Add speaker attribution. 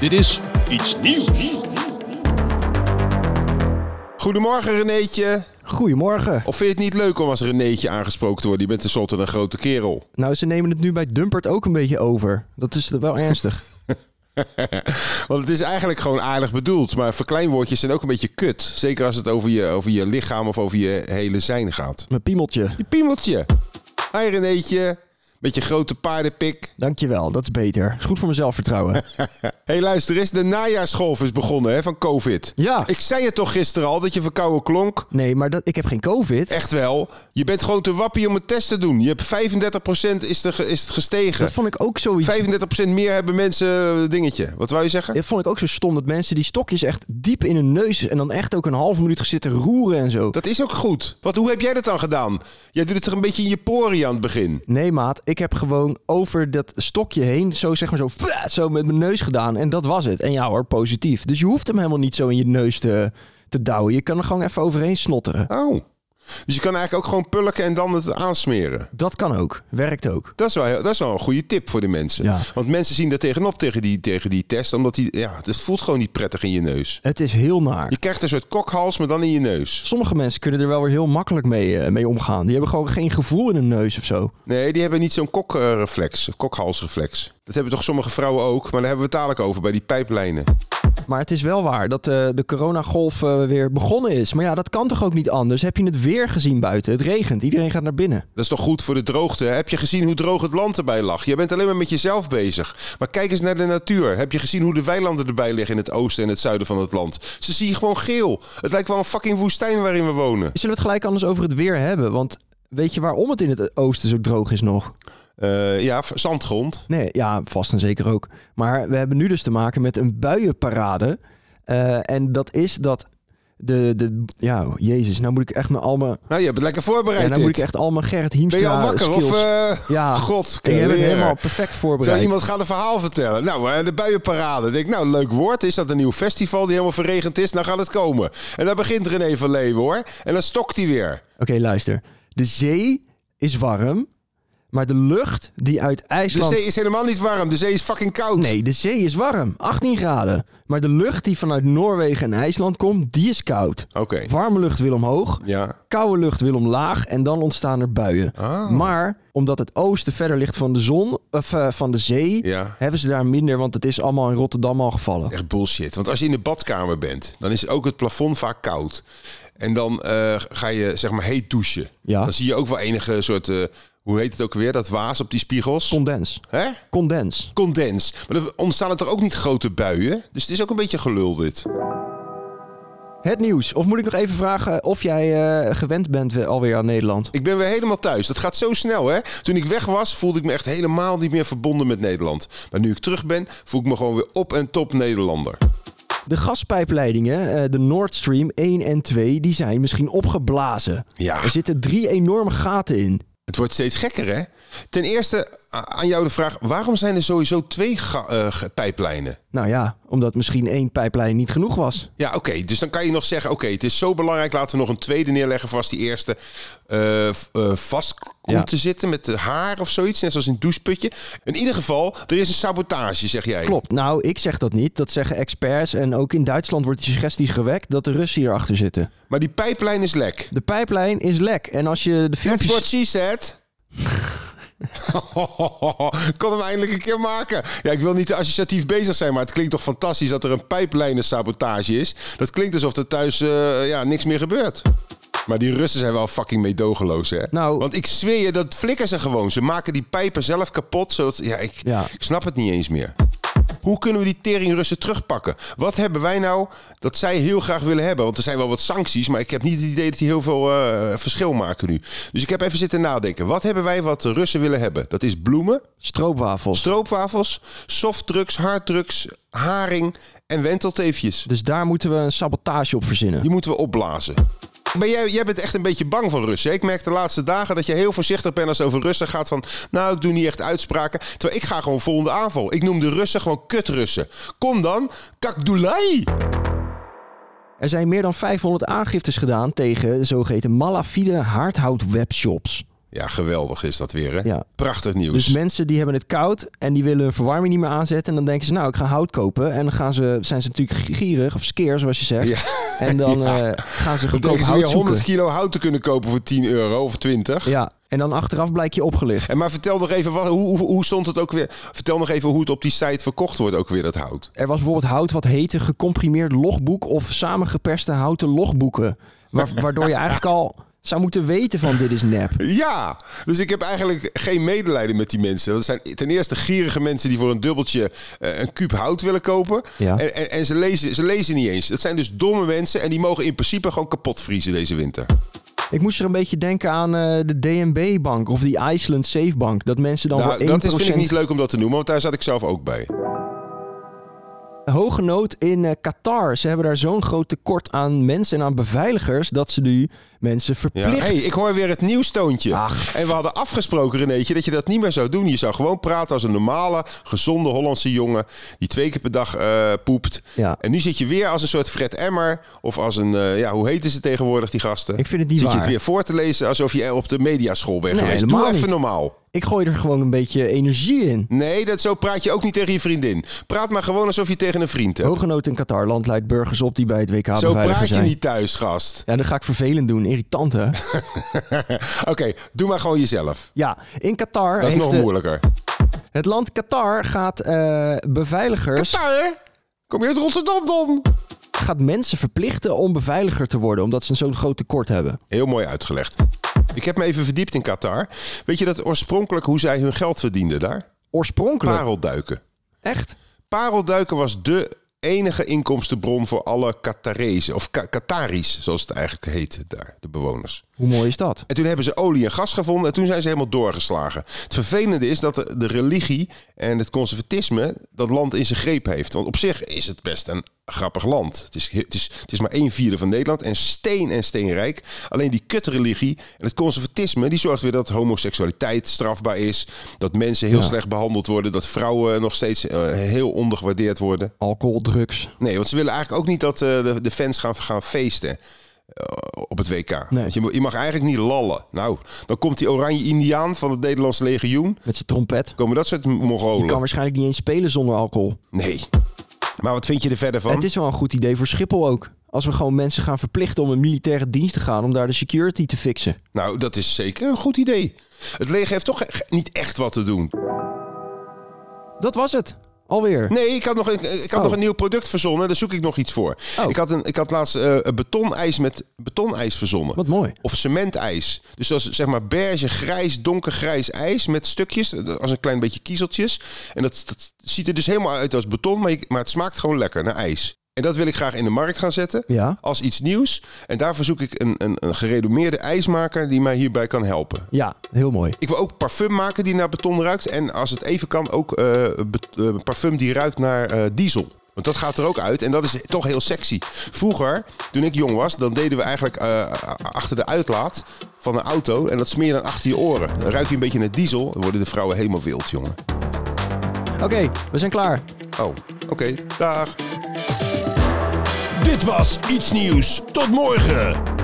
Speaker 1: Dit is iets nieuws.
Speaker 2: Goedemorgen Renéetje.
Speaker 3: Goedemorgen.
Speaker 2: Of vind je het niet leuk om als Renéetje aangesproken te worden? Je bent tenslotte een grote kerel.
Speaker 3: Nou, ze nemen het nu bij Dumpert ook een beetje over. Dat is wel ernstig.
Speaker 2: Want het is eigenlijk gewoon aardig bedoeld. Maar verkleinwoordjes zijn ook een beetje kut. Zeker als het over je, over je lichaam of over je hele zijn gaat.
Speaker 3: Mijn piemeltje.
Speaker 2: Je piemeltje. Hi Renéetje. Met je grote paardenpik.
Speaker 3: Dankjewel, dat is beter. Is goed voor mijn zelfvertrouwen.
Speaker 2: Hé, hey, luister eens. De najaarsgolf is begonnen hè, van COVID.
Speaker 3: Ja.
Speaker 2: Ik zei het toch gisteren al dat je verkouden klonk?
Speaker 3: Nee, maar dat, ik heb geen covid.
Speaker 2: Echt wel. Je bent gewoon te wappie om een test te doen. Je hebt 35% is, er, ge- is het gestegen.
Speaker 3: Dat vond ik ook zoiets...
Speaker 2: 35% meer hebben mensen eh, dingetje. Wat wou je zeggen?
Speaker 3: Dat vond ik ook zo stom, dat mensen die stokjes echt diep in hun neus... en dan echt ook een halve minuut zitten roeren en zo.
Speaker 2: Dat is ook goed. Wat, hoe heb jij dat dan gedaan? Jij doet het toch een beetje in je poriën aan het begin?
Speaker 3: Nee, maat, ik heb gewoon over dat stokje heen... zo zeg maar zo, zo met mijn neus gedaan. En dat was het. En ja hoor, positief. Dus je hoeft hem helemaal niet zo in je neus te, te douwen. Je kan er gewoon even overheen snotteren.
Speaker 2: Oh. Dus je kan eigenlijk ook gewoon pulken en dan het aansmeren.
Speaker 3: Dat kan ook. Werkt ook.
Speaker 2: Dat is, wel, heel- dat is wel een goede tip voor de mensen.
Speaker 3: Ja.
Speaker 2: Want mensen zien daar tegenop tegen die, tegen die test. Omdat die, ja, het voelt gewoon niet prettig in je neus.
Speaker 3: Het is heel naar.
Speaker 2: Je krijgt een soort kokhals, maar dan in je neus.
Speaker 3: Sommige mensen kunnen er wel weer heel makkelijk mee, eh, mee omgaan. Die hebben gewoon geen gevoel in hun neus of zo.
Speaker 2: Nee, die hebben niet zo'n kokreflex, kokhalsreflex. Dat hebben toch sommige vrouwen ook, maar daar hebben we het dadelijk over bij die pijplijnen.
Speaker 3: Maar het is wel waar dat eh, de coronagolf eh, weer begonnen is. Maar ja, dat kan toch ook niet anders? Heb je het weer gezien buiten? Het regent, iedereen gaat naar binnen.
Speaker 2: Dat is toch goed voor de droogte? hè? Heb je gezien hoe droog het land erbij lag? Je bent alleen maar met jezelf bezig. Maar kijk eens naar de natuur. Heb je gezien hoe de weilanden erbij liggen in het oosten en het zuiden van het land? Ze zie je gewoon geel. Het lijkt wel een fucking woestijn waarin we wonen.
Speaker 3: Zullen we het gelijk anders over het weer hebben? Want weet je waarom het in het oosten zo droog is nog?
Speaker 2: Eh, ja, v- zandgrond.
Speaker 3: Nee, ja, vast en zeker ook. Maar we hebben nu dus te maken met een buienparade. Eh, en dat is dat de, de... Ja, jezus, nou moet ik echt mijn, al mijn,
Speaker 2: Nou, je hebt het lekker voorbereid.
Speaker 3: ja, nou
Speaker 2: dit.
Speaker 3: moet ik echt al mijn Gerrit Hiemstra
Speaker 2: Ben je al wakker?
Speaker 3: skills...
Speaker 2: Of, eh,
Speaker 3: Ja,
Speaker 2: God,
Speaker 3: en je hebt het
Speaker 2: leren.
Speaker 3: helemaal perfect voorbereid.
Speaker 2: Zo, iemand gaat een verhaal vertellen. Nou, eh, de buienparade. Ik denk, nou, leuk woord. Is dat een nieuw festival die helemaal verregend is? Nou gaat het komen. En dan begint René van Leeuwen, hoor. En dan stokt hij weer.
Speaker 3: Oké, luister. De zee is warm, maar de lucht die uit
Speaker 2: De
Speaker 3: IJsland...
Speaker 2: zee is helemaal niet warm. De zee is fucking koud.
Speaker 3: Nee, de zee is warm, 18 graden. Maar de lucht die vanuit Noorwegen en IJsland komt, die is koud.
Speaker 2: Oké.
Speaker 3: Warme lucht wil omhoog,
Speaker 2: Ja.
Speaker 3: koude lucht wil omlaag en dan ontstaan er buien.
Speaker 2: Ah.
Speaker 3: Maar omdat het oosten verder ligt van de zon, of eh, van de zee,
Speaker 2: Ja.
Speaker 3: hebben ze daar minder, want het is allemaal in Rotterdam al gevallen.
Speaker 2: Echt bullshit. Want als je in de badkamer bent, dan is ook het plafond vaak koud. En dan eh, ga je, zeg maar, heet douchen.
Speaker 3: Ja.
Speaker 2: Dan zie je ook wel enige soort, eh, hoe heet het ook weer, dat waas op die spiegels.
Speaker 3: Condens.
Speaker 2: Hè?
Speaker 3: Condens.
Speaker 2: Condens. Maar dan ontstaan er toch ook niet grote buien? Dus het is ook een beetje gelul dit.
Speaker 3: Het nieuws. Of moet ik nog even vragen of jij eh, gewend bent we- alweer aan Nederland?
Speaker 2: Ik ben weer helemaal thuis. Dat gaat zo snel, hè? Toen ik weg was, voelde ik me echt helemaal niet meer verbonden met Nederland. Maar nu ik terug ben, voel ik me gewoon weer op en top Nederlander.
Speaker 3: De gaspijpleidingen, eh, de Nord Stream 1 en 2, die zijn misschien opgeblazen.
Speaker 2: Ja.
Speaker 3: Er zitten drie enorme gaten in.
Speaker 2: Het wordt steeds gekker, hè? Ten eerste a- aan jou de vraag: waarom zijn er sowieso twee ga- eh, ge- pijplijnen?
Speaker 3: Nou ja, omdat misschien één pijplijn niet genoeg was.
Speaker 2: Ja, oké. Dus dan kan je nog zeggen: oké, het is zo belangrijk, laten we nog een tweede neerleggen. voor als die eerste eh, v- eh, vast komt
Speaker 3: Ja.
Speaker 2: te zitten met de haar of zoiets. Net zoals in het doucheputje. In ieder geval, er is een sabotage, zeg jij.
Speaker 3: Klopt. Nou, ik zeg dat niet. Dat zeggen experts. En ook in Duitsland wordt de suggestie gewekt dat de Russen hierachter zitten.
Speaker 2: Maar die pijplijn is lek.
Speaker 3: De pijplijn is lek. En als je de
Speaker 2: That's what
Speaker 3: filmpjes...
Speaker 2: she said. kon hem eindelijk een keer maken. Ja, ik wil niet te associatief bezig zijn, maar het klinkt toch fantastisch dat er een pijplijnensabotage is. Dat klinkt alsof er thuis eh, ja, niks meer gebeurt. Maar die Russen zijn wel fucking meedogenloos, hè?
Speaker 3: Nou-
Speaker 2: Want ik zweer je, dat flikken ze gewoon. Ze maken die pijpen zelf kapot, zodat... Ja, ik,
Speaker 3: Ja.
Speaker 2: ik snap het niet eens meer. Hoe kunnen we die tering Russen terugpakken? Wat hebben wij nou dat zij heel graag willen hebben? Want er zijn wel wat sancties, maar ik heb niet het idee dat die heel veel eh, verschil maken nu. Dus ik heb even zitten nadenken. Wat hebben wij wat de Russen willen hebben? Dat is bloemen,
Speaker 3: Stroopwafels.
Speaker 2: stroopwafels, softdrugs, harddrugs, haring en wentelteefjes.
Speaker 3: Dus daar moeten we een sabotage op verzinnen.
Speaker 2: Die moeten we opblazen. Maar jij, jij bent echt een beetje bang van Russen. hè? Ik merk de laatste dagen dat je heel voorzichtig bent als het over Russen gaat. Van, nou, ik doe niet echt uitspraken. Terwijl ik ga gewoon vol in de aanval. Ik noem de Russen gewoon kut-Russen. Kom dan, kakdoelai!
Speaker 3: Er zijn meer dan 500 aangiftes gedaan tegen zogeheten malafide haardhoutwebshops.
Speaker 2: Ja, geweldig is dat weer, hè?
Speaker 3: Ja.
Speaker 2: Prachtig nieuws.
Speaker 3: Dus mensen die hebben het koud en die willen hun verwarming niet meer aanzetten. En dan denken ze, nou, ik ga hout kopen. En dan gaan ze, zijn ze natuurlijk gierig of skeer, zoals je zegt. En dan eh, gaan ze
Speaker 2: Dan
Speaker 3: goedkoop
Speaker 2: denken ze weer
Speaker 3: hout
Speaker 2: 100
Speaker 3: zoeken.
Speaker 2: kilo hout te kunnen kopen voor 10 euro of 20.
Speaker 3: Ja, en dan achteraf blijkt je opgelicht.
Speaker 2: En maar vertel nog even, wat, hoe, hoe, hoe stond het ook weer? Vertel nog even hoe het op die site verkocht wordt ook weer, dat hout.
Speaker 3: Er was bijvoorbeeld hout wat heette gecomprimeerd logboek of samengeperste houten logboeken. Waar- waardoor je eigenlijk al zou moeten weten van dit is nep.
Speaker 2: Ja, dus ik heb eigenlijk geen medelijden met die mensen. Dat zijn ten eerste gierige mensen die voor een dubbeltje eh, een kuub hout willen kopen.
Speaker 3: Ja.
Speaker 2: En, en, en ze, lezen, ze lezen niet eens. Dat zijn dus domme mensen en die mogen in principe gewoon kapot vriezen deze winter.
Speaker 3: Ik moest er een beetje denken aan eh, de DNB-bank of die Iceland Safe Bank. Dat mensen dan
Speaker 2: Nou,
Speaker 3: voor 1%
Speaker 2: dat is, vind ik niet leuk om dat te noemen, want daar zat ik zelf ook bij.
Speaker 3: Hoge nood in eh, Qatar. Ze hebben daar zo'n groot tekort aan mensen en aan beveiligers... dat ze nu mensen
Speaker 2: Ja.
Speaker 3: verplicht...
Speaker 2: hey, ik hoor weer het nieuwstoontje.
Speaker 3: Ach.
Speaker 2: En we hadden afgesproken, Renéetje, dat je dat niet meer zou doen. Je zou gewoon praten als een normale, gezonde Hollandse jongen... die twee keer per dag eh, poept.
Speaker 3: Ja.
Speaker 2: En nu zit je weer als een soort Fred Emmer... of als een, eh, ja, hoe heten ze tegenwoordig, die gasten?
Speaker 3: Ik vind het niet
Speaker 2: zit je
Speaker 3: waar.
Speaker 2: het weer voor te lezen alsof je op de mediaschool bent
Speaker 3: Nee,
Speaker 2: geweest.
Speaker 3: helemaal
Speaker 2: Doe even
Speaker 3: niet.
Speaker 2: normaal.
Speaker 3: Ik gooi er gewoon een beetje energie in.
Speaker 2: Nee, dat, zo praat je ook niet tegen je vriendin. Praat maar gewoon alsof je tegen een vriend hebt.
Speaker 3: Hoge nood in Qatar. Land leidt burgers op die bij het WK
Speaker 2: Zo
Speaker 3: beveiliger
Speaker 2: praat je
Speaker 3: zijn.
Speaker 2: niet thuis, gast.
Speaker 3: Ja, dat ga ik vervelend doen. Irritant, hè?
Speaker 2: Oké, doe maar gewoon jezelf.
Speaker 3: ja, in Qatar
Speaker 2: Dat is
Speaker 3: heeft
Speaker 2: nog
Speaker 3: de-
Speaker 2: moeilijker.
Speaker 3: het land Qatar gaat eh, beveiligers...
Speaker 2: Qatar, kom je uit Rotterdam dan?
Speaker 3: gaat mensen verplichten om beveiliger te worden... omdat ze zo'n groot tekort hebben.
Speaker 2: Heel mooi uitgelegd. Ik heb me even verdiept in Qatar. Weet je dat oorspronkelijk hoe zij hun geld verdienden daar?
Speaker 3: Oorspronkelijk.
Speaker 2: Parelduiken.
Speaker 3: Echt?
Speaker 2: Parelduiken was de enige inkomstenbron voor alle Qatarezen. Of Ka- Qataris, zoals het eigenlijk heet daar, de bewoners.
Speaker 3: Hoe mooi is dat?
Speaker 2: En toen hebben ze olie en gas gevonden en toen zijn ze helemaal doorgeslagen. Het vervelende is dat de, de religie en het conservatisme dat land in zijn greep heeft. Want op zich is het best een grappig land. Het is, het is, het is maar een vierde van Nederland en steen en steenrijk. Alleen die kutreligie en het conservatisme die zorgt weer dat homoseksualiteit strafbaar is. Dat mensen heel slecht behandeld worden. Dat vrouwen nog steeds eh, heel ondergewaardeerd worden.
Speaker 3: Alcohol, drugs.
Speaker 2: Nee, want ze willen eigenlijk ook niet dat eh, de, de fans gaan, gaan feesten eh, op het WK.
Speaker 3: Nee.
Speaker 2: Want je, mo- je mag eigenlijk niet lallen. Nou, dan komt die oranje indiaan van het Nederlandse legioen.
Speaker 3: Met zijn trompet.
Speaker 2: Komen dat soort
Speaker 3: Je kan
Speaker 2: Mongolen?
Speaker 3: waarschijnlijk niet eens spelen zonder alcohol.
Speaker 2: Nee. Maar wat vind je er verder van?
Speaker 3: Het is wel een goed idee voor Schiphol ook. Als we gewoon mensen gaan verplichten om een militaire dienst te gaan... om daar de security te fixen.
Speaker 2: Nou, dat is zeker een goed idee. Het leger heeft toch ge- ge- niet echt wat te doen.
Speaker 3: Dat was het. Alweer.
Speaker 2: Nee, ik had, nog een, ik had
Speaker 3: Oh.
Speaker 2: nog een nieuw product verzonnen. Daar zoek ik nog iets voor.
Speaker 3: Oh.
Speaker 2: Ik, had een, ik had laatst eh, een betonijs met betonijs verzonnen.
Speaker 3: Wat mooi.
Speaker 2: Of cementijs. Dus dat is zeg maar beige, grijs, donkergrijs ijs met stukjes. Als een klein beetje kiezeltjes. En dat, dat ziet er dus helemaal uit als beton, maar, je- maar het smaakt gewoon lekker naar ijs. En dat wil ik graag in de markt gaan zetten.
Speaker 3: Ja.
Speaker 2: Als iets nieuws. En daarvoor zoek ik een, een, een gerenommeerde ijsmaker die mij hierbij kan helpen.
Speaker 3: Ja, heel mooi.
Speaker 2: Ik wil ook parfum maken die naar beton ruikt. En als het even kan, ook eh, bet- eh, parfum die ruikt naar eh, diesel. Want dat gaat er ook uit en dat is toch heel sexy. Vroeger, toen ik jong was, dan deden we eigenlijk eh, achter de uitlaat van een auto. En dat smeer je dan achter je oren. Dan ruik je een beetje naar diesel. Dan worden de vrouwen helemaal wild, jongen.
Speaker 3: Oké, we zijn klaar.
Speaker 2: Oh, oké. Dag.
Speaker 1: Dit was Iets Nieuws. Tot morgen.